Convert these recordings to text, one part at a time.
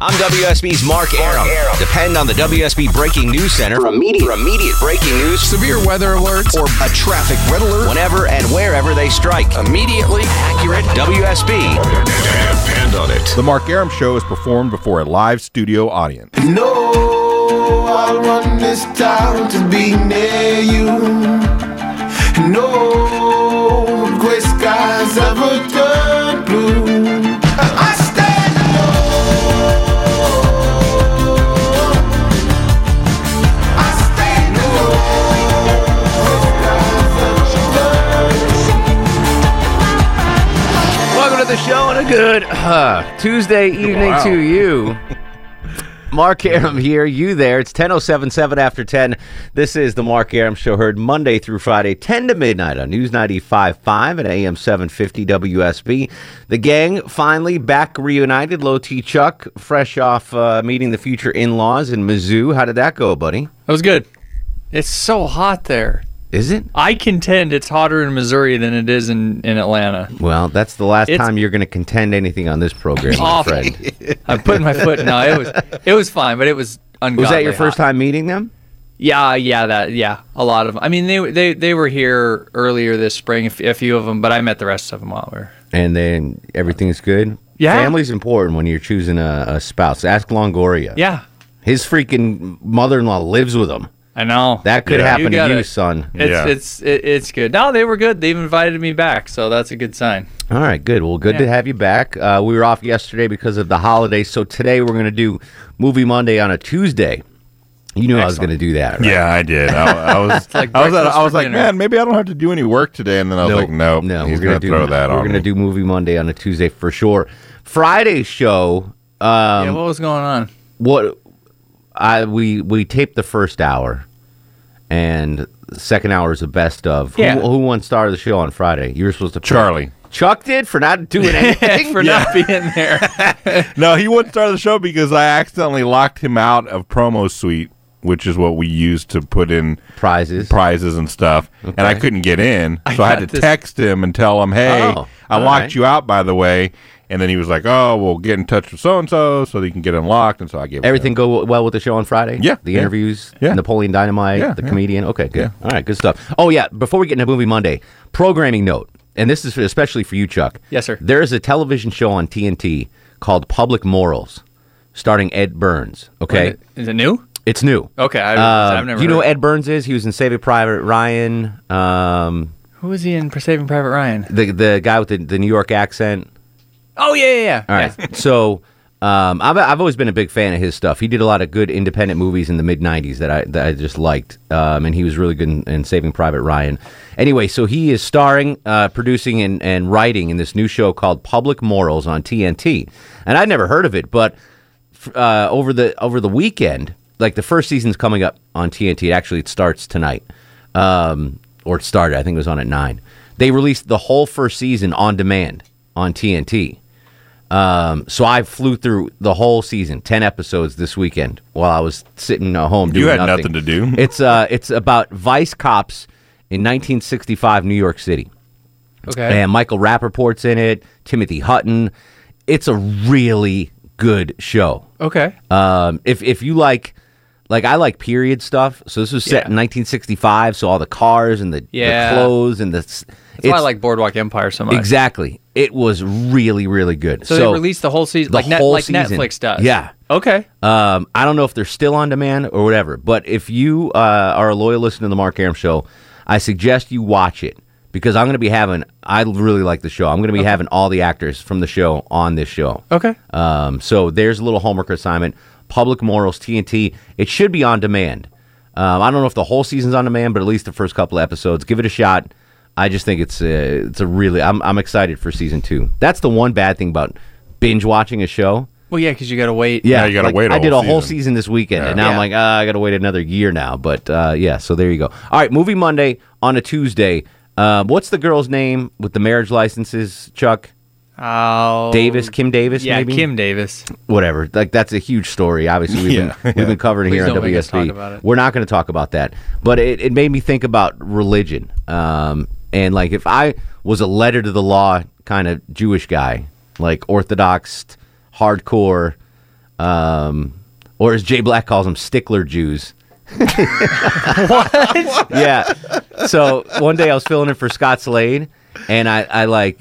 I'm WSB's Mark Aram. Depend on the WSB Breaking News Center for immediate, for immediate breaking news Severe weather alerts or a traffic red alert. whenever and wherever they strike. Immediately accurate. WSB, Depend on it. The Mark Aram Show is performed before a live studio audience. No, I want this town to be near you. No gray skies ever turn blue. And I stand alone. I stand alone. Gray skies ever turn blue. Welcome to the show and a good uh, Tuesday evening Wow. to you. Mark Aram here, you there. It's 10.077 after 10. This is the Mark Aram Show, heard Monday through Friday, 10 to midnight on News 95.5 at AM 750 WSB. The gang finally back reunited. Low T Chuck, fresh off uh, meeting the future in-laws in Mizzou. How did that go, buddy? That was good. It's so hot there. Is it? I contend it's hotter in Missouri than it is in, in Atlanta. Well, that's the last It's- time you're going to contend anything on this program, my Awful. friend. I'm putting my foot. No, it was it was fine, but it was ungodly. Was that your first hot. time meeting them? Yeah, yeah, that yeah. A lot of them. I mean, they they they were here earlier this spring, a f- a few of them, but I met the rest of them while we were. and then everything's good. Yeah. family's important when you're choosing a, a spouse. Ask Longoria. Yeah, his freaking mother-in-law lives with him. I know. That could You happen to gotta- you, son. It's Yeah. it's it, it's good. No, they were good. They've invited me back, so that's a good sign. All right, good. Well, good to Yeah. have you back. Uh, we were off yesterday because of the holiday, so today we're going to do Movie Monday on a Tuesday. You knew I was going to do that. Right? Yeah, I did. I, I was, like I was, breakfast I was for like, dinner. man, maybe I don't have to do any work today. And then I was like, no, no, he's we're gonna going to do- throw that We're on gonna me. do Movie Monday on a Tuesday for sure. Friday's show. Um, yeah, what was going on? what I we we taped the first hour, and the second hour is the best of. Who- Yeah. Who, won star of the show on Friday? You were supposed to. pick. Charlie. Chuck did for not doing anything. For not being there. No, he wouldn't start the show because I accidentally locked him out of promo suite, which is what we use to put in prizes. prizes and stuff, and I couldn't get in, so I had got to this- text him and tell him, "Hey, Oh, I all locked right. you out, by the way." And then he was like, "Oh, well, get in touch with so and so so that you can get unlocked." And so I gave him Everything go well with the show on Friday. Yeah, the yeah. interviews. Yeah. Napoleon Dynamite. Yeah, the yeah. comedian. Okay, good. All right, good stuff. Oh yeah, before we get into movie Monday, programming note, and this is especially for you, Chuck. Yes, sir. There is a television show on TNT called Public Morals, starring Ed Burns. Okay, Is it new? it's new. Okay, I, Uh, I've never. do you know heard who of it. Ed Burns is? He was in Saving Private Ryan. Um, Who was he in Saving Private Ryan? the the guy with the, the New York accent. Oh yeah, yeah, yeah. All right. so um, I've I've always been a big fan of his stuff. He did a lot of good independent movies in the mid '90s that I that I just liked, um, and he was really good in, in Saving Private Ryan. Anyway, so he is starring, uh, producing, and and writing in this new show called Public Morals on TNT, and I'd never heard of it, but uh, over the over the weekend. Like the first season's coming up on TNT. Actually, it starts tonight, um, or it started. I think it was on at nine. They released the whole first season on demand on TNT. Um, so I flew through the whole season, ten episodes this weekend while I was sitting at home. You doing had nothing to do. It's uh, it's about vice cops in 1965 New York City. Okay. And Michael Rappaport's in it. Timothy Hutton. It's a really good show. Okay. Um, if if you like, like I like period stuff. So this was set in 1965. So all the cars and the, the Yeah. clothes and the s- That's why I like Boardwalk Empire so much. exactly. It was really really good. So, they released the whole season, the like, net, whole like season. Netflix does. Yeah. Okay. Um, I don't know if they're still on demand or whatever, but if you uh, are a loyal listener to the Mark Aram Show, I suggest you watch it because I'm going to be having. I really like the show. I'm going to be having all the actors from the show on this show. Okay. Um, so there's a little homework assignment. Public Morals TNT. It should be on demand. Um, I don't know if the whole season's on demand, but at least the first couple of episodes. Give it a shot. I just think it's a, it's a really. I'm I'm excited for season two. That's the one bad thing about binge watching a show Well, yeah, because you got to wait. Yeah, Now you gotta like, wait a I did a whole whole season. season this weekend, and now I'm Yeah. like, ah, I got to wait another year now. But uh, yeah, so there you go. All right, movie Monday on a Tuesday. Uh, what's the girl's name with the marriage licenses? Chuck Oh, Davis, Kim Davis, Yeah, maybe Kim Davis. whatever. Like that's a huge story. Obviously, we've, Yeah. been, we've been covering it Please here on don't make us WSB. talk about it. We're not going to talk about that, but it, it made me think about religion. Um, and like if I was a letter to the law kind of Jewish guy, like Orthodox, hardcore, um, or as Jay Black calls them, stickler Jews. yeah. So one day I was filling in for Scott Slade, and I, I like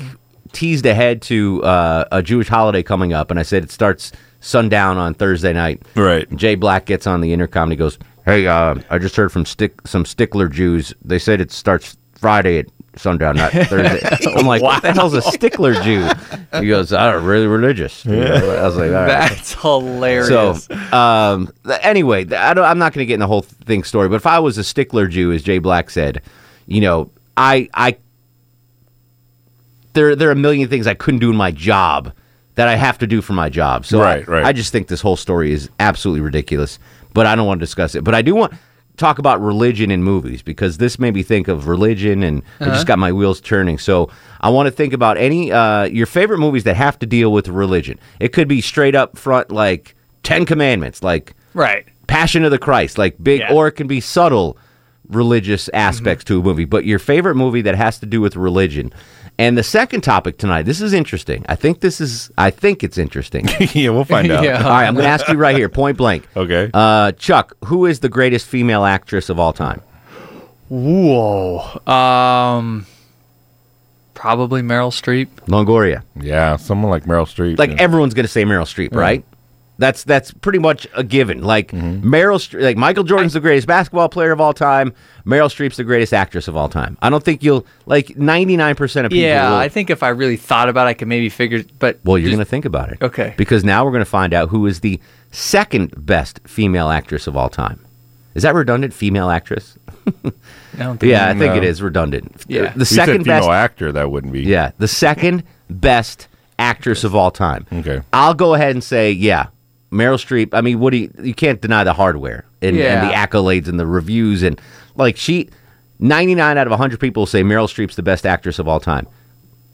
teased ahead to uh, a Jewish holiday coming up, and I said it starts sundown on Thursday night. Right. Jay Black gets on the intercom and he goes, "Hey, uh, I just heard from stick some stickler Jews. They said it starts Friday at sundown, not Thursday." I'm like, "What the hell's a stickler Jew?" He goes, "I'm really religious." You know, I was like, "All right." That's hilarious. So, um, th- anyway, th- I don't, I'm not going to get in the whole thing story, but if I was a stickler Jew, as Jay Black said, you know, I, I, there, there are a million things I couldn't do in my job that I have to do for my job. So, I- Right, right. I just think this whole story is absolutely ridiculous, but I don't want to discuss it. But I do want talk about religion in movies because this made me think of religion and I just got my wheels churning. So I want to think about any uh, your favorite movies that have to deal with religion. It could be straight up front like Ten Commandments, like right. Passion of the Christ, like big, Yeah. or it can be subtle religious aspects to a movie. But your favorite movie that has to do with religion. And the second topic tonight, this is interesting. I think this is, I think it's interesting. yeah, we'll find out. All right, I'm going to ask you right here, point blank. Okay. Uh, Chuck, who is the greatest female actress of all time? Whoa. Um, probably Meryl Streep. Longoria. yeah, someone like Meryl Streep. Like yeah. everyone's going to say Meryl Streep, right? That's that's pretty much a given. Like Mm-hmm. Meryl, Stre- like Michael Jordan's the greatest basketball player of all time. Meryl Streep's the greatest actress of all time. I don't think you'll like 99% of people. Yeah, will- I think if I really thought about it, I could maybe figure. But Well, you're just- going to think about it, Okay. Because now we're going to find out who is the second best female actress of all time. Is that redundant? Female actress? I don't think- Yeah, I think No. it is redundant. Yeah. the If you said second female best actor. That wouldn't be. Yeah, the second best actress of all time. Okay. I'll go ahead and say, yeah, Meryl Streep. I mean, what do you, you can't deny the hardware and, and the Yeah. accolades and the reviews and like she, ninety nine out of hundred people say Meryl Streep's the best actress of all time.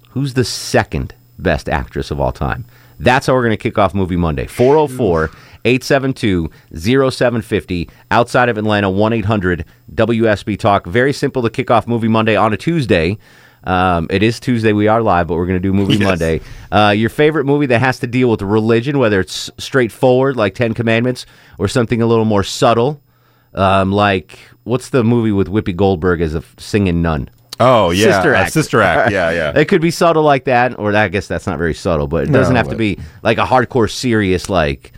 Who's the second best actress of all time? That's how we're going to kick off Movie Monday. 404 872 0750 outside of Atlanta, 1 800 WSB Talk. Very simple to kick off Movie Monday on a Tuesday. Um, it is Tuesday. We are live, but we're going to do Movie Monday. Uh, your favorite movie that has to deal with religion, whether it's straightforward like Ten Commandments or something a little more subtle, um, like what's the movie with Whoopi Goldberg as a f- singing nun? Oh yeah. Sister uh, act. Sister act. Yeah, yeah. It could be subtle like that, or I guess that's not very subtle, but it doesn't have to but- be like a hardcore, serious, like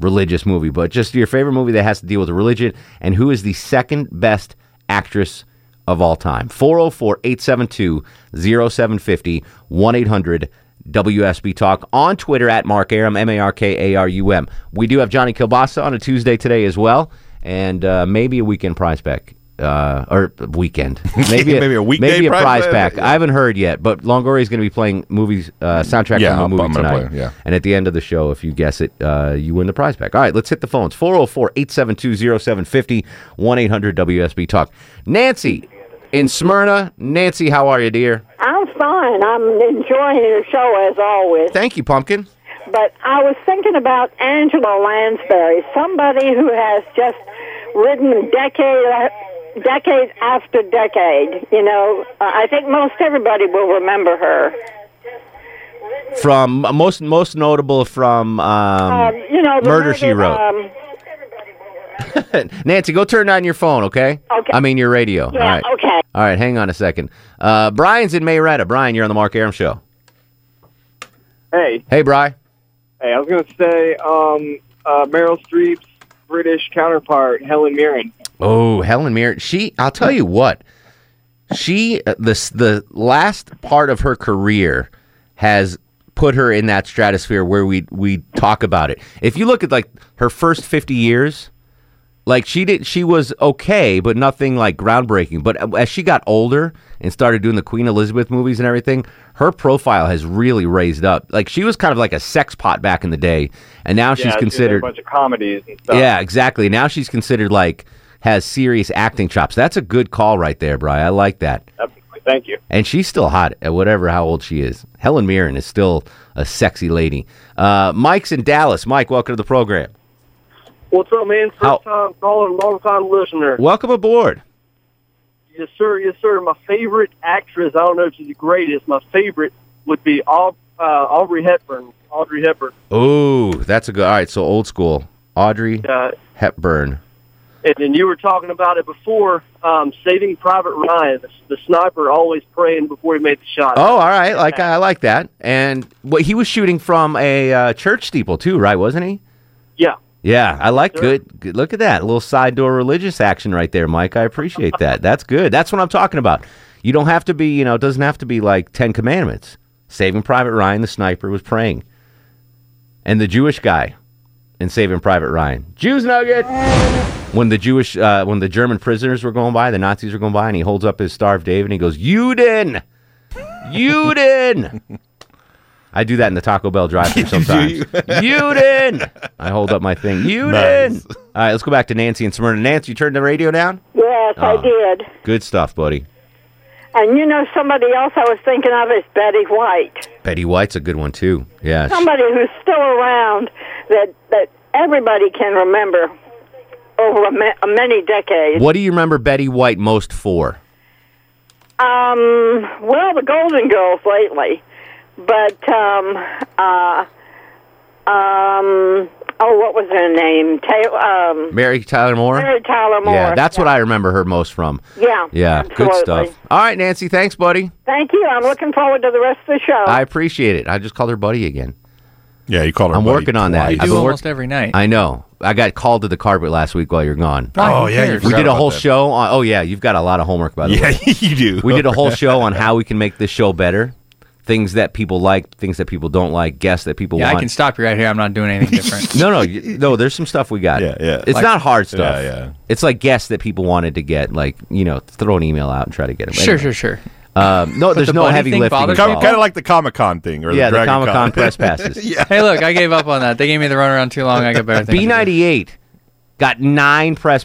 religious movie, but just your favorite movie that has to deal with religion and who is the second best actress of all time. 404 872 0750 1 800 WSB Talk on Twitter at Mark Arum, M A R K A R U M. We do have Johnny Kilbasa on a Tuesday today as well, and uh, maybe a weekend prize pack. Uh, or weekend, maybe a, Maybe a weekday maybe a prize prize pack, pack. I haven't heard yet, but Longoria is going to be playing movies uh, soundtrack Yeah, from a I'm- movie I'm gonna play tonight. it, yeah. And at the end of the show, if you guess it, uh, you win the prize pack. All right, let's hit the phones 404 872 0750 1 800 WSB Talk. Nancy in Smyrna. Nancy, how are you, dear? I'm fine. I'm enjoying your show as always. Thank you, Pumpkin. But I was thinking about Angela Lansbury, somebody who has just ridden decade decade after decade. You know, uh, I think most everybody will remember her. From most most notable from um, Um, you know, the Murder, She Wrote. Um, Nancy, go turn on your phone, okay? Okay. I mean your radio. yeah. All right. Okay. All right, hang on a second. Uh, Brian's in Mayretta. Brian, you're on the Mark Aram show. Hey, Hey, Bri. hey, I was gonna say, um, uh, Meryl Streep's British counterpart, Helen Mirren. Oh, Helen Mirren. She, I'll tell you what, she uh, this the last part of her career has put her in that stratosphere where we we talk about it. If you look at like her first fifty years, Like she did, she was okay, but nothing like groundbreaking. But uh, as she got older and started doing the Queen Elizabeth movies and everything, her profile has really raised up. Like she was kind of like a sex pot back in the day, and now Yeah, she's doing considered a bunch of comedies and stuff. yeah, exactly. Now she's considered like has serious acting chops. That's a good call right there, Bry. I like that. Absolutely. Thank you. And she's still hot at whatever how old she is. Helen Mirren is still a sexy lady. Uh, Mike's in Dallas. Mike, welcome to the program. What's up, man? First How- time caller, long time listener. Welcome aboard. Yes, sir. Yes, sir. My favorite actress, I don't know if she's the greatest, my favorite would be Aub- uh, Aubrey Hepburn. Audrey Hepburn. Oh, that's a good. All right, so old school. Audrey Uh, Hepburn. and then you were talking about it before, um, Saving Private Ryan, the, the sniper always praying before he made the shot. Oh, all right. Like I like that. And what he was shooting from a uh, church steeple too, right? Wasn't he? Yeah. Yeah, I like good, good. Look at that a little side door religious action right there, Mike. I appreciate that. That's good. That's what I'm talking about. You don't have to be, you know, it doesn't have to be like Ten Commandments. Saving Private Ryan, the sniper was praying, and the Jewish guy in Saving Private Ryan, Jews nugget. When the Jewish, uh, when the German prisoners were going by, the Nazis were going by, and he holds up his Star of David and he goes, "Juden, Juden." I do that in the Taco Bell drive-thru sometimes. Uden. I hold up my thing. Uden. Nice. All right, let's go back to Nancy and Smyrna. Nancy, you turned the radio down. Yes, Ah. I did. Good stuff, buddy. And you know somebody else I was thinking of is Betty White. Betty White's a good one too. Yeah. she- Somebody who's still around that that everybody can remember over a ma- many decades. What do you remember Betty White most for? Um, well, the Golden Girls lately, but um, uh, um, oh, what was her name? Ta- um, Mary Tyler Moore. Mary Tyler Moore. Yeah, that's what I remember her most from. yeah, Yeah, good absolutely. stuff. All right, Nancy, thanks, buddy. Thank you. I'm looking forward to the rest of the show. I appreciate it. I just called her buddy again. Yeah, you called her. I'm buddy working on that. twice. I I've do been almost work- every night. I know. I got called to the carpet last week while you're gone. Oh, yeah, you We forgot did a about whole that. show on. Oh yeah, you've got a lot of homework by the way. Yeah, you do. We did a whole show on how we can make this show better. Things that people like, things that people don't like, guests that people yeah, want. I can stop you right here. I'm not doing anything different. no, no, y- no. There's some stuff we got. Yeah, yeah. It's Like- not hard stuff. Yeah, yeah. It's like guests that people wanted to get. Like you know, throw an email out and try to get them. sure, sure, sure. Um, no, there's the no bunny heavy thing lifting. bothers kind of, involved. kind of like the Comic Con thing, or yeah, the, the Dragon Comic Con Con press passes. Hey, look, I gave up on that. They gave me the runaround too long. I got better things. to do. B98 got nine press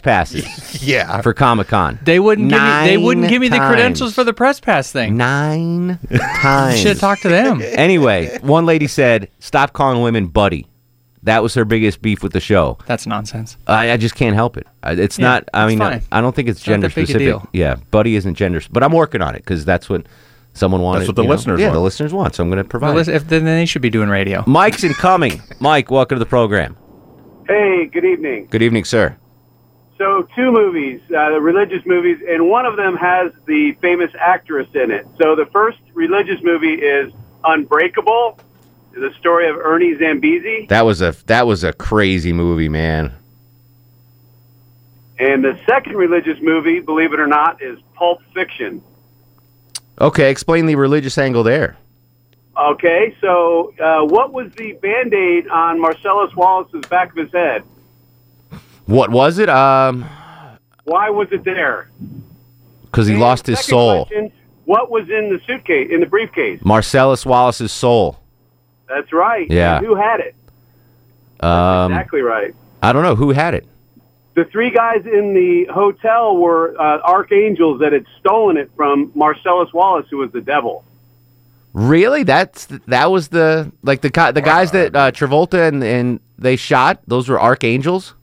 passes yeah, for Comic Con. They wouldn't give me. They wouldn't Nine give me the credentials times. for the press pass thing. nine You times. should talk to them. Anyway, one lady said, "Stop calling women buddy." That was her biggest beef with the show. That's nonsense. I, I just can't help it. I- It's Yeah, not. I it's mean, I, fine. I don't think it's, not gender that big a specific. deal. Yeah, buddy isn't gender, but I'm working on it because that's what someone wanted. what the you know? listeners yeah, want. the listeners want. So I'm going to Well, provide. listen, it. if, then they should be doing radio. Mike's incoming. Mike, welcome to the program. Hey, good evening. Good evening, sir. So, two movies, uh, the religious movies, and one of them has the famous actress in it. So, the first religious movie is Unbreakable, the story of Ernie Zambezi. That was a that was a crazy movie, man. And the second religious movie, believe it or not, is Pulp Fiction. Okay, explain the religious angle there. Okay, so uh, what was the band aid on Marcellus Wallace's back of his head? What was it? Um, Why was it there? because he lost his Second soul. question, what was in the suitcase, in the briefcase? Marcellus Wallace's soul. That's right. Yeah. And who had it? Um, exactly right. I don't know who had it. The three guys in the hotel were uh, archangels that had stolen it from Marcellus Wallace, who was the devil. Really? That's that was the like the co- the guys that uh, Travolta and, and they shot. Those were archangels.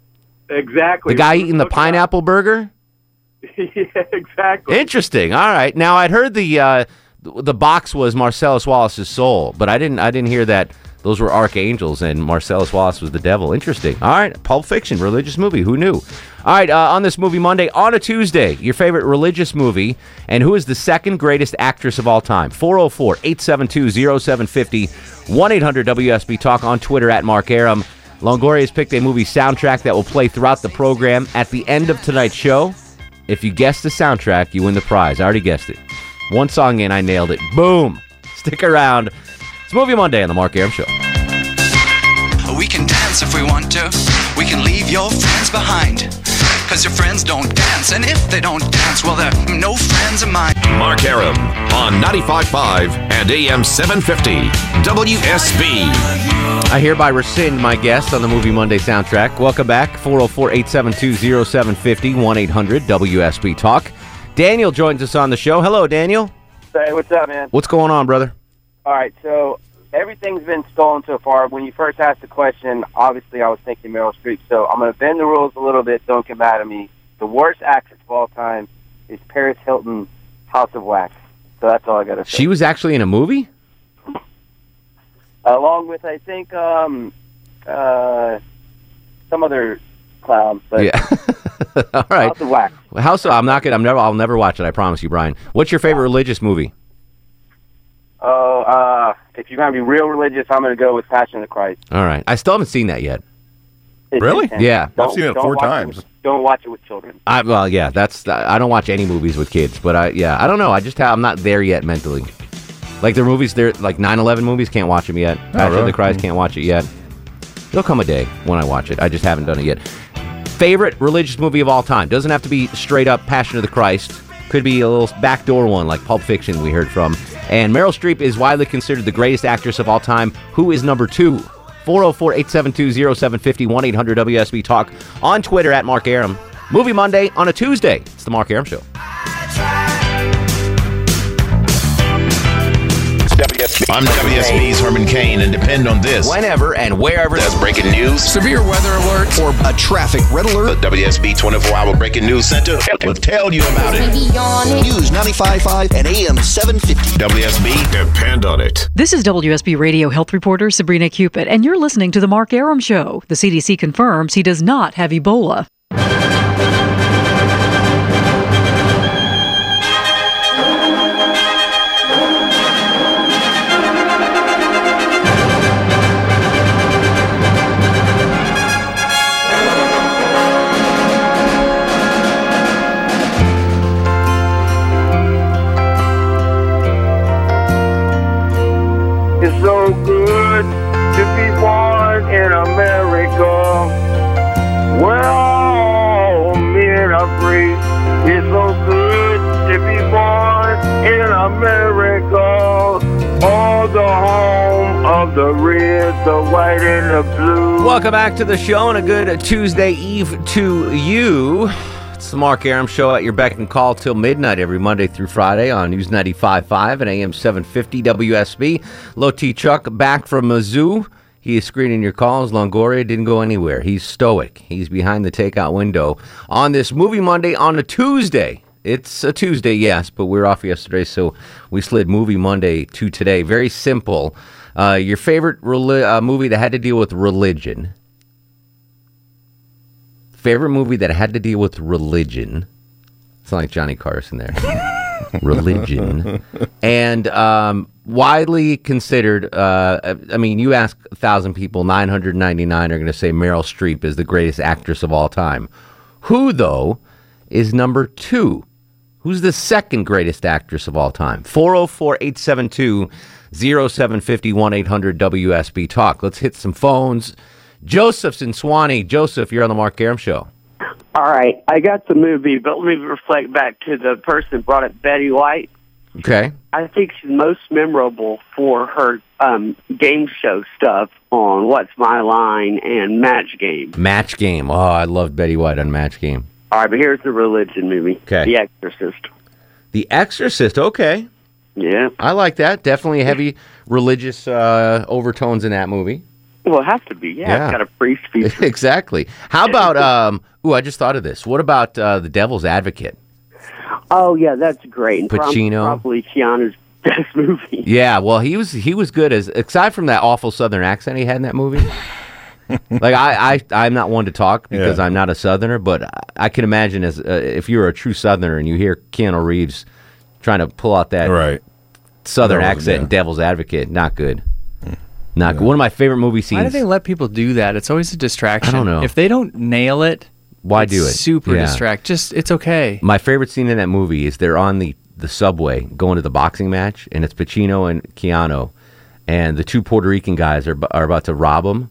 Exactly. The guy eating the Look it up. pineapple burger. yeah, exactly. Interesting. All right. Now I'd heard the uh, th- the box was Marcellus Wallace's soul, but I didn't I didn't hear that those were archangels and Marcellus Wallace was the devil. Interesting. All right. Pulp Fiction, religious movie. Who knew? All right. Uh, on this movie Monday, on a Tuesday, your favorite religious movie, and who is the second greatest actress of all time? 404 872 0750 1 800 WSB Talk on Twitter at Mark Aram. Longoria's picked a movie soundtrack that will play throughout the program at the end of tonight's show. If you guess the soundtrack, you win the prize. I already guessed it. One song in, I nailed it. Boom. Stick around. It's Movie Monday on the Mark Aram Show. We can dial dance if we want to. We can leave your friends behind. Cause your friends don't dance, and if they don't dance, well, they're no friends of mine. Mark Aram on 95.5 and AM 750 WSB. I hereby rescind my guest on the Movie Monday soundtrack. Welcome back, 404 872 0750 1 800 WSB Talk. Daniel joins us on the show. Hello, Daniel. Hey, what's up, man? What's going on, brother? All right, so everything's been stolen so far. When you first asked the question, obviously I was thinking Meryl Streep, so I'm going to bend the rules a little bit. Don't get mad at me. The worst actress of all time is Paris Hilton, House of Wax. So that's all I got to say. She was actually in a movie? Along with, I think, um, uh, some other clown, but Yeah. All right. House of Wax. How so? I'm not gonna. I'm never. I'll never watch it. I promise you, Brian. What's your favorite religious movie? Oh, uh, if you're going to be real religious, I'm going to go with Passion of the Christ. All right. I still haven't seen that yet. It's Really? intense. Yeah. I've Don't- seen it don't four watch times. with- don't watch it with children. I well, yeah. That's. I don't watch any movies with kids, but I yeah. I don't know. I just ha- I'm not there yet mentally. Like their movies, they're like 9/11 movies. Can't watch them yet. Passion of really? the Christ can't watch it yet. There'll come a day when I watch it. I just haven't done it yet. Favorite religious movie of all time doesn't have to be straight up Passion of the Christ. Could be a little backdoor one like Pulp Fiction we heard from. And Meryl Streep is widely considered the greatest actress of all time. Who is number two? 404 872 0750 1 800 WSB Talk on Twitter at Mark Aram. Movie Monday on a Tuesday. It's the Mark Aram Show. I'm WSB's Herman Kane, and depend on this whenever and wherever there's breaking news, severe weather alert, or a traffic red alert. The WSB 24-hour breaking news center will tell you about it. News 95.5 and AM 750. WSB, depend on it. This is WSB Radio health reporter Sabrina Cupid, and you're listening to The Mark Aram Show. The CDC confirms he does not have Ebola. It's so good to be born in America. We're all men are free. It's so good to be born in America. All the home of the red, the white, and the blue. Welcome back to the show and a good Tuesday Eve to you. It's the Mark Aram Show at your beck and call till midnight every Monday through Friday on News 95.5 and AM 750 WSB. Low T Chuck back from Mizzou. He is screening your calls. Longoria didn't go anywhere. He's stoic. He's behind the takeout window on this Movie Monday on a Tuesday. It's a Tuesday, yes, but we were off yesterday, so we slid Movie Monday to today. Very simple. Uh, your favorite reli- uh, movie that had to deal with religion favorite movie that had to deal with religion. It's not like Johnny Carson there. religion. And um, widely considered, uh, I mean, you ask 1,000 people, 999 are going to say Meryl Streep is the greatest actress of all time. Who, though, is number two? Who's the second greatest actress of all time? 404 872 0750 800 WSB Talk. Let's hit some phones. Joseph's in Swanee. Joseph, you're on the Mark Aram Show. All right, I got the movie, but let me reflect back to the person who brought up Betty White. Okay. I think she's most memorable for her um, game show stuff on What's My Line and Match Game. Match game. Oh, I loved Betty White on Match game. All right, but here's the religion movie, Okay. The Exorcist. The Exorcist. Okay. Yeah. I like that. Definitely heavy religious uh, overtones in that movie. Well, it has to be. Yeah, Yeah. it's got a priest feature. exactly. How about, um, ooh, I just thought of this. What about uh, The Devil's Advocate? Oh yeah, that's great. And prob- Pacino. probably Keanu's best movie. Yeah, well, he was he was good as aside from that awful Southern accent he had in that movie. like I, I I'm not one to talk because I'm not a Southerner, but I- I can imagine as uh, if you're a true Southerner and you hear Keanu Reeves trying to pull out that right Southern Devil's- Mm. accent and Devil's Advocate, not good. Not good. One of my favorite movie scenes. Why do they let people do that? It's always a distraction. I don't know. If they don't nail it, Why it's do it? Super Yeah. distract. Just it's okay. My favorite scene in that movie is they're on the, the subway going to the boxing match, and it's Pacino and Keanu, and the two Puerto Rican guys are, are about to rob them,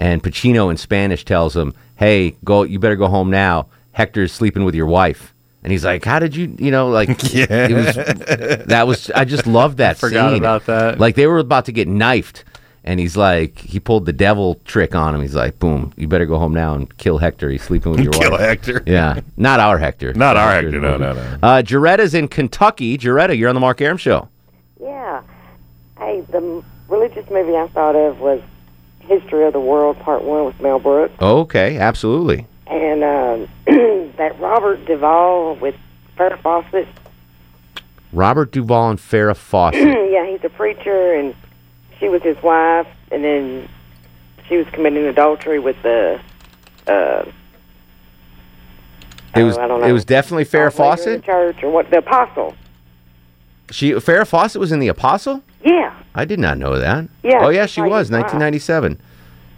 and Pacino in Spanish tells him, "Hey, go. You better go home now. Hector's sleeping with your wife." And he's like, "How did you? You know, like Yeah. it was that was. I just love that. Forgot scene. about that. Like they were about to get knifed." And he's like, he pulled the devil trick on him. He's like, boom, you better go home now and kill Hector. He's sleeping with your Kill wife. Hector. Yeah. Not our Hector. Not our Hector's Hector, no, movie. no, no. Uh, Jaretta's in Kentucky. Jaretta, you're on the Mark Aram Show. Yeah. Hey, the m- religious movie I thought of was History of the World Part One with Mel Brooks, Okay, absolutely. and um, that Robert Duvall with Farrah Fawcett. Robert Duvall and Farrah Fawcett. yeah, he's a preacher, and she was his wife, and then she was committing adultery with the. Uh, oh, It was I don't know. it was definitely Farrah leader of the Fawcett. church or what? The apostle. She Farrah Fawcett was in The Apostle? Yeah. I did not know that. Yeah, Oh yeah, she she played was his wife. 1997.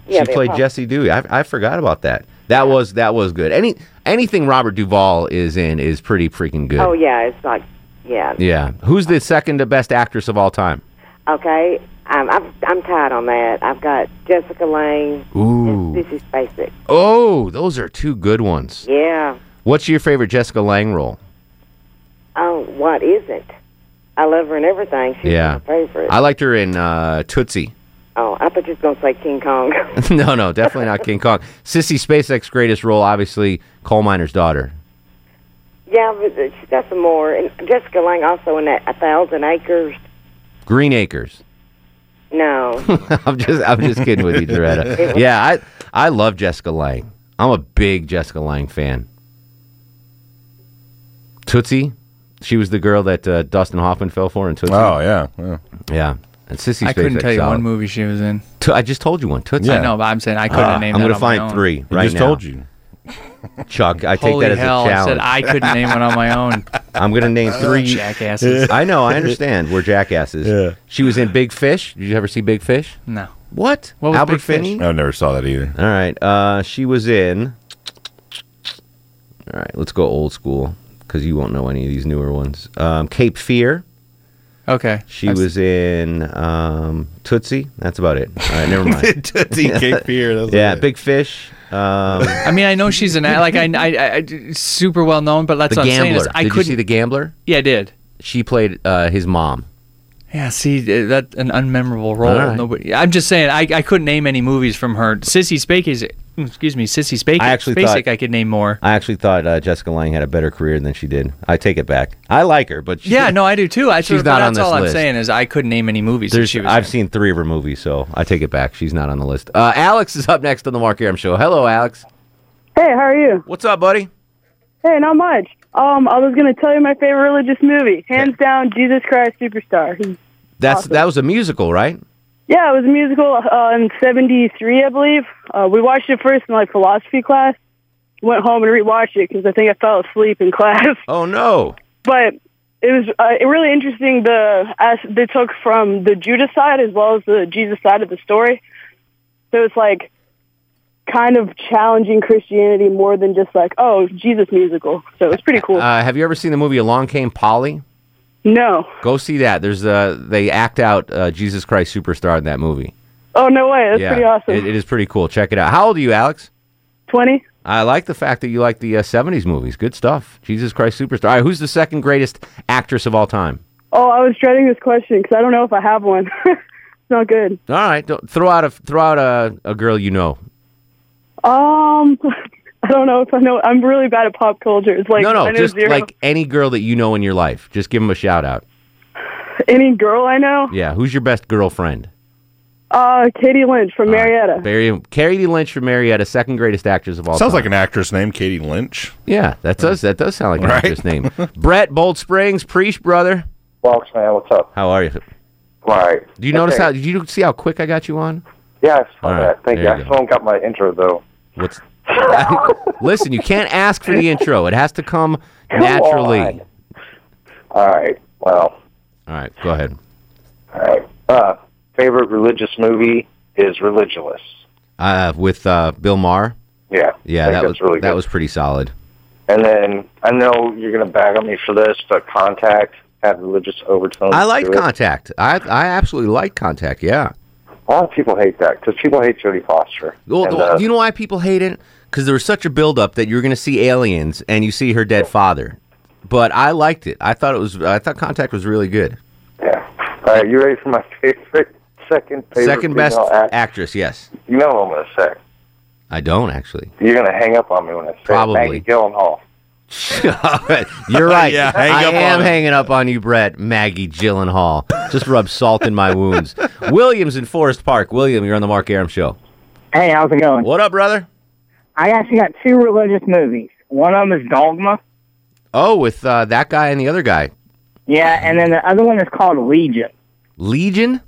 Yeah, she The played Apostle. Jesse Dewey. I, I forgot about that. That was that was good. Any anything Robert Duvall is in is pretty freaking good. Oh yeah, it's like yeah. Yeah. Who's the second to best actress of all time? Okay, um, I'm I'm tied on that. I've got Jessica Lange. Ooh. This is basic. Oh, those are two good ones. Yeah. What's your favorite Jessica Lange role? Oh, what isn't? I love her and everything. She's yeah. my favorite. I liked her in uh, Tootsie. oh, I thought you was gonna say King Kong. no, no, definitely not King Kong. Sissy SpaceX greatest role, obviously, coal miner's daughter. yeah, but uh, she's got some more. And Jessica Lange also in that A Thousand Acres. Green Acres. No. I'm just I'm just kidding with you, Doretta. Yeah, I I love Jessica Lange. I'm a big Jessica Lange fan. Tootsie, she was the girl that uh, Dustin Hoffman fell for in Tootsie. Oh, yeah, yeah. yeah. And Sissy I couldn't SpaceX tell you solid. one movie she was in. To- I just told you one. Tootsie. I know, but I'm saying I couldn't Ah, name I'm that gonna on my find own. three He right just now. told you. Chuck, I take Holy that as hell, I a said challenge. I couldn't name one on my own. I'm going to name Oh, three jackasses. I know. I understand. We're jackasses. Yeah. She was in Big Fish. Did you ever see Big Fish? No. What? What was Albert Big Fish? Finney? I never saw that either. All right. Uh, she was in. All right. Let's go old school because you won't know any of these newer ones. Um, Cape Fear. Okay. She I've- was in um, Tootsie. That's about it. All right. Never mind. Tootsie, Cape Fear, that's yeah. it. Big Fish. Um, I mean, I know she's an act- like I, I, I- super well known, but that's the what I'm saying Gambler. is I did couldn't. you see The Gambler? yeah, I did. She played uh, his mom. Yeah, see uh, that an unmemorable role. All right. Nobody, I'm just saying I, I couldn't name any movies from her. Sissy Spacek, excuse me, Sissy Spacek. I actually Spacek, thought- I could name more. I actually thought uh, Jessica Lange had a better career than she did. I take it back. I like her, but she, Yeah, no, I do too. I She's sort of- not but on That's this all I'm list. saying is I couldn't name any movies. that There's- she was I've seen three of her movies, so I take it back. She's not on the list. Uh, Alex is up next on the Mark Aram Show. Hello, Alex. Hey, how are you? What's up, buddy? Hey, not much. Um, I was gonna tell you my favorite religious movie, hands down, Jesus Christ Superstar. That's that was a musical, right? Yeah, it was a musical uh, in '73, I believe. Uh, we watched it first in like philosophy class. Went home and rewatched it because I think I fell asleep in class. Oh no! But it was uh, it really interesting. The as they took from the Judas side as well as the Jesus side of the story. So it's like kind of challenging Christianity more than just like oh Jesus musical. So it's pretty cool. Uh, have you ever seen the movie Along Came Polly? No. Go see that. There's uh, they act out uh, Jesus Christ Superstar in that movie. Oh no way! That's yeah, pretty awesome. It, it is pretty cool. Check it out. How old are you, Alex? Twenty. I like the fact that you like the uh, '70s movies. Good stuff. Jesus Christ Superstar. All right, who's the second greatest actress of all time? Oh, I was dreading this question because I don't know if I have one. it's not good. All right, don't, throw out a throw out a, a girl you know. Um, I don't know if I know. I'm really bad at pop culture. It's like no, I no, know just zero. like any girl that you know in your life. Just give them a shout out. any girl I know. Yeah, who's your best girlfriend? Uh, Katie Lynch from Marietta. Barry, Katie Lynch from Marietta, second greatest actress of all Sounds time. like an actress named Katie Lynch. yeah, that does that does sound like an Right? actress name. Brett Bold Springs, preach brother. Fox man, what's up? How are you? All right. Do you notice Okay. how? Did you see how quick I got you on? Yes. All Yeah, right, thank there you. I you go. still haven't got my intro though. What's? Listen, you can't ask for the intro. It has to come Come naturally. on. All right. Well. All right. Go ahead. All right. Uh, favorite religious movie is Religulous. Uh, with uh, Bill Maher. Yeah. I Yeah, think that that's was really that good. was pretty solid. And then I know you're gonna bag on me for this, but Contact had religious overtones. I liked to it. Contact. I I absolutely liked Contact. Yeah. A lot of people hate that because people hate Jodie Foster. Well, And, well, uh, you know why people hate it? Because there was such a buildup that you were going to see aliens and you see her dead father. But I liked it. I thought it was. I thought Contact was really good. all right, you ready for my favorite second favorite Second best female act- actress. Yes, You know what I'm going to say. I don't actually. You're going to hang up on me when I say it. Probably. Maggie Gyllenhaal. You're right. Oh, Yeah, hang I up am on it. hanging up on you, Brett. Maggie Gyllenhaal. Just rub salt in my wounds. Williams in Forest Park. William, you're on the Mark Aram show. Hey, how's it going? What up, brother? I actually got two religious movies. One of them is Dogma. Oh, with uh, that guy and the other guy, Yeah, and then the other one is called Legion. Legion.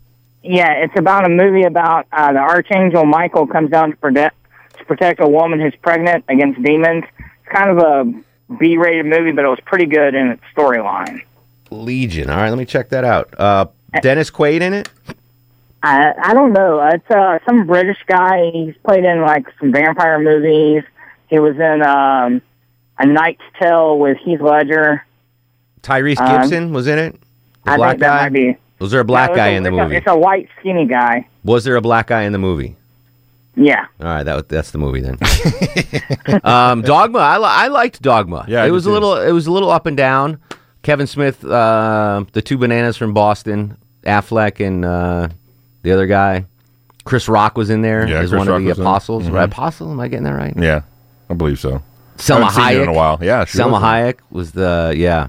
Yeah, it's about a movie about uh, the archangel Michael comes down to protect to protect a woman who's pregnant against demons. It's kind of a B-rated movie, but it was pretty good in its storyline. Legion. All right, let me check that out. Uh, Dennis Quaid in it. I I don't know. It's uh, some British guy. He's played in like some vampire movies. He was in um, A Knight's Tale with Heath Ledger. Tyrese Um, Gibson was in it. The I black think that guy. might be. Was there a black No, it's guy a- in the it's a- movie? it's a white skinny guy. Was there a black guy in the movie? Yeah. All right, that was- that's the movie then. um, Dogma. I, li- I liked Dogma. Yeah, I it did was a too. little. It was a little up and down. Kevin Smith, uh, the two bananas from Boston, Affleck, and uh, the other guy, Chris Rock was in there Yeah, as Chris one Rock of the was in it. apostles. Mhm. Right? Apostle? Am I getting that right? Yeah, I believe so. Selma Haven't seen Hayek it in a while. Yeah, she Selma was in Hayek was the yeah.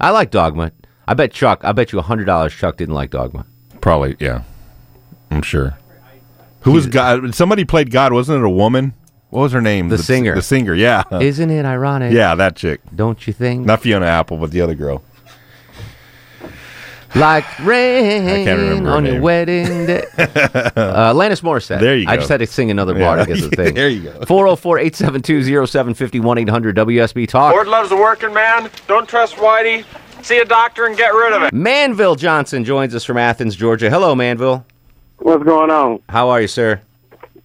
I like Dogma. I bet Chuck. I bet you hundred dollars Chuck didn't like Dogma. Probably, yeah. I'm sure. Who was God? Somebody played God. Wasn't it a woman? What was her name? The singer. The singer. Yeah. Isn't it ironic? Uh, Yeah, that chick. Don't you think? Not Fiona Apple, but the other girl. Like rain remember her on your name. wedding day. uh, Lannis Morissette. There you I go. just had to sing another part to Yeah. get the thing. There you go. 404 872 0750 800 WSB Talk. loves a working man. Don't trust Whitey. See a doctor and get rid of it. Manville Johnson joins us from Athens, Georgia. Hello, Manville. What's going on? How are you, sir?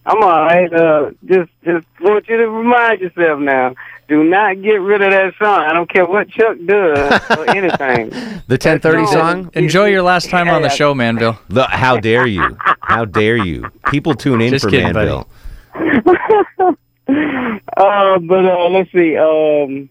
I'm all right. Uh, just, just want you to remind yourself now. Do not get rid of that song. I don't care what Chuck does or anything. The 1030 No. song? Enjoy your last time on the show, Manville. The, how dare you? How dare you? People tune in Just for kidding, buddy. Manville. Uh, but uh, let's see. Um,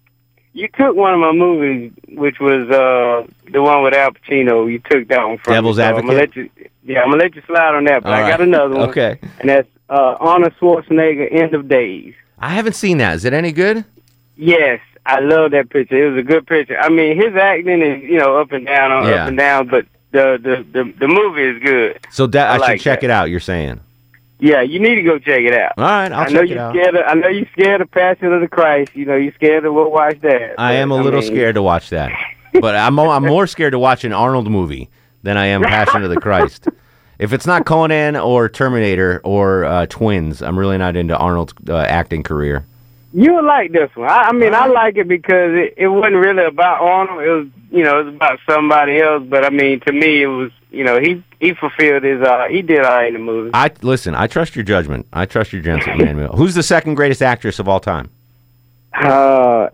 you took one of my movies, which was uh, the one with Al Pacino. You took that one from Devil's me, so I'm gonna Advocate? let you, yeah, I'm gonna let you slide on that. But All I right. got another one. Okay. and that's uh, Arnold Schwarzenegger, End of Days. I haven't seen that. Is it any good? Yes, I love that picture. It was a good picture. I mean, his acting is you know up and down, uh, Yeah. up and down, but the the the, the movie is good. So that, I, I like should check it out, you're saying. Yeah, you need to go check it out. All right, I'll I know check it you're out. Scared of, I know you're scared of Passion of the Christ. You know you're scared of what watch that. I am a little mean- scared to watch that, but I'm I'm more scared to watch an Arnold movie than I am Passion of the Christ. If it's not Conan or Terminator or uh, Twins, I'm really not into Arnold's uh, acting career. You would like this one. I, I mean, I like it because it, it wasn't really about Arnold. It was, you know, it was about somebody else. But I mean, to me, it was, you know, he he fulfilled his. uh He did all right in the movie. I listen. I trust your judgment. I trust your judgment, Manuel. Who's the second greatest actress of all time? Uh,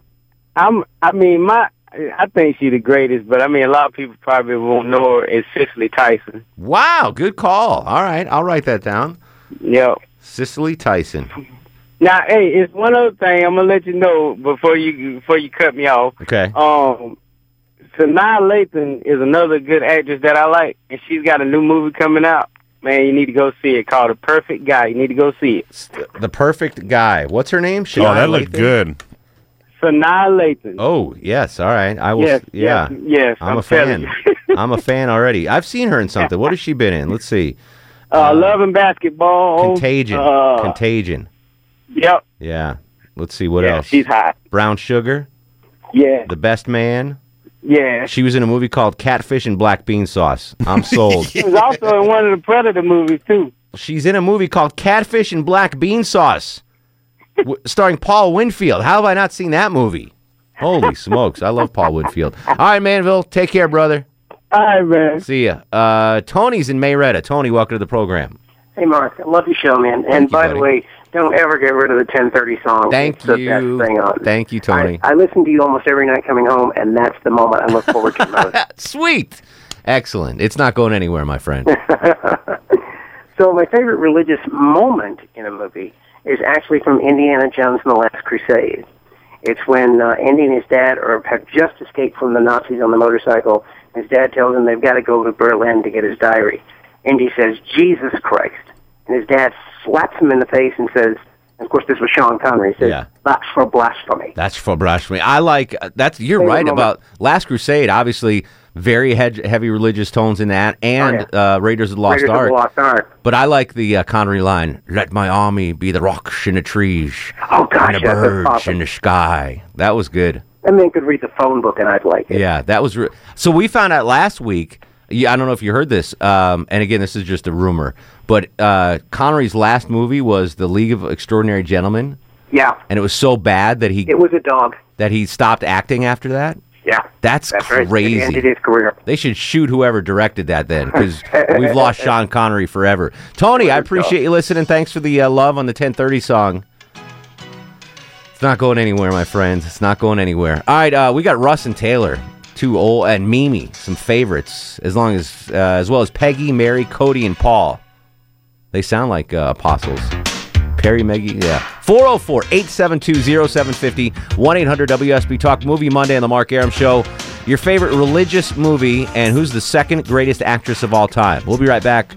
I'm. I mean, my. I think she's the greatest. But I mean, a lot of people probably won't know her. It's Cicely Tyson. Wow, good call. All right, I'll write that down. Yep. Cicely Tyson. Now, hey, it's one other thing. I'm gonna let you know before you before you cut me off. Okay. Um, Sanaa Lathan is another good actress that I like, and she's got a new movie coming out. Man, you need to go see it called The Perfect Guy. You need to go see it. The perfect guy. What's her name? Oh, that looked good. Sanaa Lathan. Oh yes. All right. I will. Yes, yeah. yes, yes, I'm, a I'm telling fan. I'm a fan already. I've seen her in something. What has she been in? Let's see. Uh, Love and Basketball. Contagion. Uh, Contagion. Yep. Yeah. Let's see what Yeah, else. she's hot. Brown Sugar. Yeah. The Best Man. Yeah. She was in a movie called Catfish and Black Bean Sauce. I'm sold. She was also in one of the Predator movies too. She's in a movie called Catfish and Black Bean Sauce, w- starring Paul Winfield. How have I not seen that movie? Holy smokes! I love Paul Winfield. All right, Manville. Take care, brother. All right, man. See ya. Uh, Tony's in Mayretta. Tony, welcome to the program. Hey, Mark, I love your show, man. Thank and you, by buddy. the way, don't ever get rid of the 10:30 song. Thank it's you. The best thing on. Thank you, Tony. I listen to you almost every night coming home, and that's the moment I look forward to most. Sweet. Excellent. It's not going anywhere, my friend. So my favorite religious moment in a movie is actually from Indiana Jones and the Last Crusade. It's when uh, Indy and his dad are, have just escaped from the Nazis on the motorcycle. His dad tells him they've got to go to Berlin to get his diary. Indy says, Jesus Christ. And his dad slaps him in the face and says, and of course this was Sean Connery, he says, Yeah. that's for blasphemy. That's for blasphemy. I like uh, that's. You're Favorite right moment. about Last Crusade. Obviously, very he- heavy religious tones in that, and uh, Raiders of the Lost Oh, Raiders of the Ark. Lost Ark. But I like the uh, Connery line: "Let my army be the rocks and the trees, Oh, gosh, and the yeah, that's birds awesome. in the sky." That was good. That man could read the phone book and I'd like it. Yeah, that was. Re- so we found out last week. Yeah, I don't know if you heard this. Um, and again, this is just a rumor, but uh, Connery's last movie was The League of Extraordinary Gentlemen, Yeah. and it was so bad that he It was a dog. that he stopped acting after that. Yeah. That's, right. It crazy. ended his career. They should shoot whoever directed that then, because we've lost Sean Connery forever. Tony, I appreciate you listening. Thanks for the uh, love on the 1030 song. It's not going anywhere, my friends. It's not going anywhere. All right, uh, we got Russ and Taylor, two old, and Mimi, some favorites, as long as uh, as well as Peggy, Mary, Cody, and Paul. They sound like uh, apostles. Perry, oh Meggie, yeah. 404 872 0750 1 800 WSB Talk Movie Monday on The Mark Aram Show. Your favorite religious movie and who's the second greatest actress of all time? We'll be right back.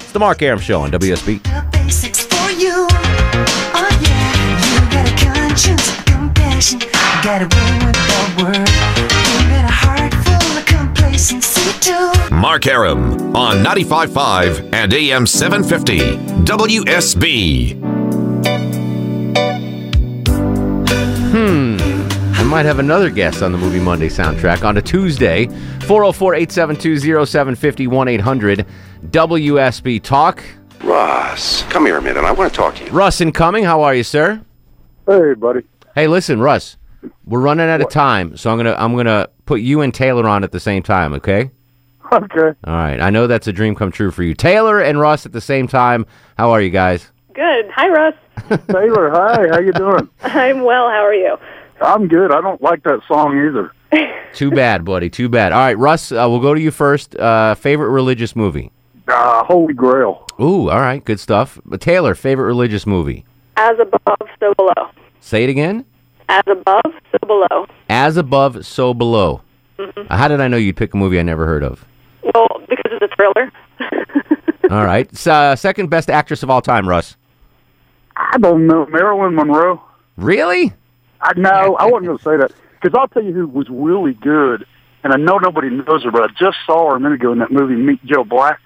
It's The Mark Aram Show on WSB. basics for you. Oh yeah, you got a conscience, compassion, got a win with the word. You got a heart full of complacency too. Mark Aram on 95.5 and AM 750 WSB. Hmm. I might have another guest on the Movie Monday soundtrack on a Tuesday. 404 872 0750 1 800 WSB Talk. Ross, come here a minute. I want to talk to you. Russ Incoming, how are you, sir? Hey, buddy. Hey, listen, Russ. We're running out of time, so I'm gonna I'm gonna put you and Taylor on at the same time, okay? Okay. All right. I know that's a dream come true for you. Taylor and Russ at the same time. How are you guys? Good. Hi, Russ. Taylor, hi. How you doing? I'm well. How are you? I'm good. I don't like that song either. Too bad, buddy. Too bad. All right, Russ. Uh, we'll go to you first. Uh, favorite religious movie? Uh, Holy Grail. Ooh. All right. Good stuff. But Taylor, favorite religious movie? As above, so below. Say it again. As above, so below. As above, so below. Mhm. Mm-hmm. How did I know you'd pick a movie I never heard of? Well, because it's a thriller. All right. S- uh, second best actress of all time, Russ. I don't know Marilyn Monroe. Really? I know. I wasn't going to say that because I'll tell you who was really good, and I know nobody knows her, but I just saw her a minute ago in that movie Meet Joe Black.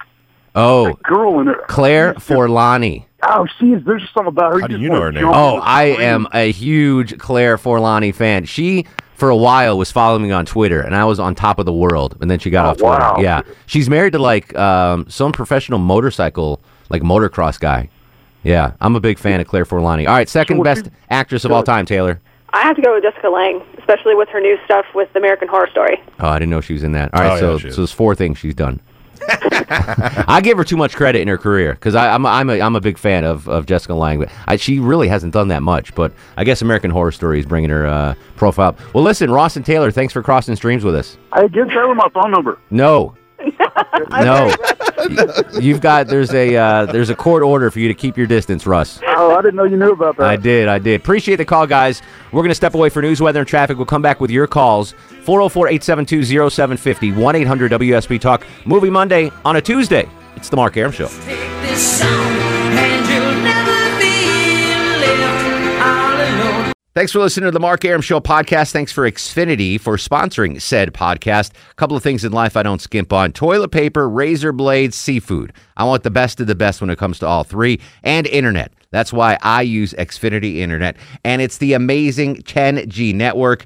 Oh, Girl in there. Claire Forlani. Oh, she is. There's something about her. How do you know her Oh, I am a huge Claire Forlani fan. She for a while was following me on Twitter, and I was on top of the world. And then she got off Twitter. wow. Yeah, she's married to like um, some professional motorcycle, like motocross guy. Yeah, I'm a big fan of Claire Forlani. All right, second best actress of all time, Taylor. I have to go with Jessica Lange, especially with her new stuff with American Horror Story. Oh, I didn't know she was in that. All Oh, right, yeah, so she is. so there's four things she's done. I give her too much credit in her career because I'm I'm a, I'm a big fan of, of Jessica Lange. but I, she really hasn't done that much, but I guess American Horror Story is bringing her uh, profile up. Well, listen, Ross and Taylor, thanks for crossing streams with us. Hey, give Taylor my phone number. No, no, You- you've got there's a uh, there's a court order for you to keep your distance, Russ. Oh, I didn't know you knew about that. I did. I did. Appreciate the call, guys. We're going to step away for news, weather, and traffic. We'll come back with your calls. 404 872 0750 1 800 WSB Talk. Movie Monday on a Tuesday. It's The Mark Aram Show. This song, and you'll never be left all alone. Thanks for listening to the Mark Aram Show podcast. Thanks for Xfinity for sponsoring said podcast. A couple of things in life I don't skimp on toilet paper, razor blades, seafood. I want the best of the best when it comes to all three, and internet. That's why I use Xfinity Internet, and it's the amazing 10G network.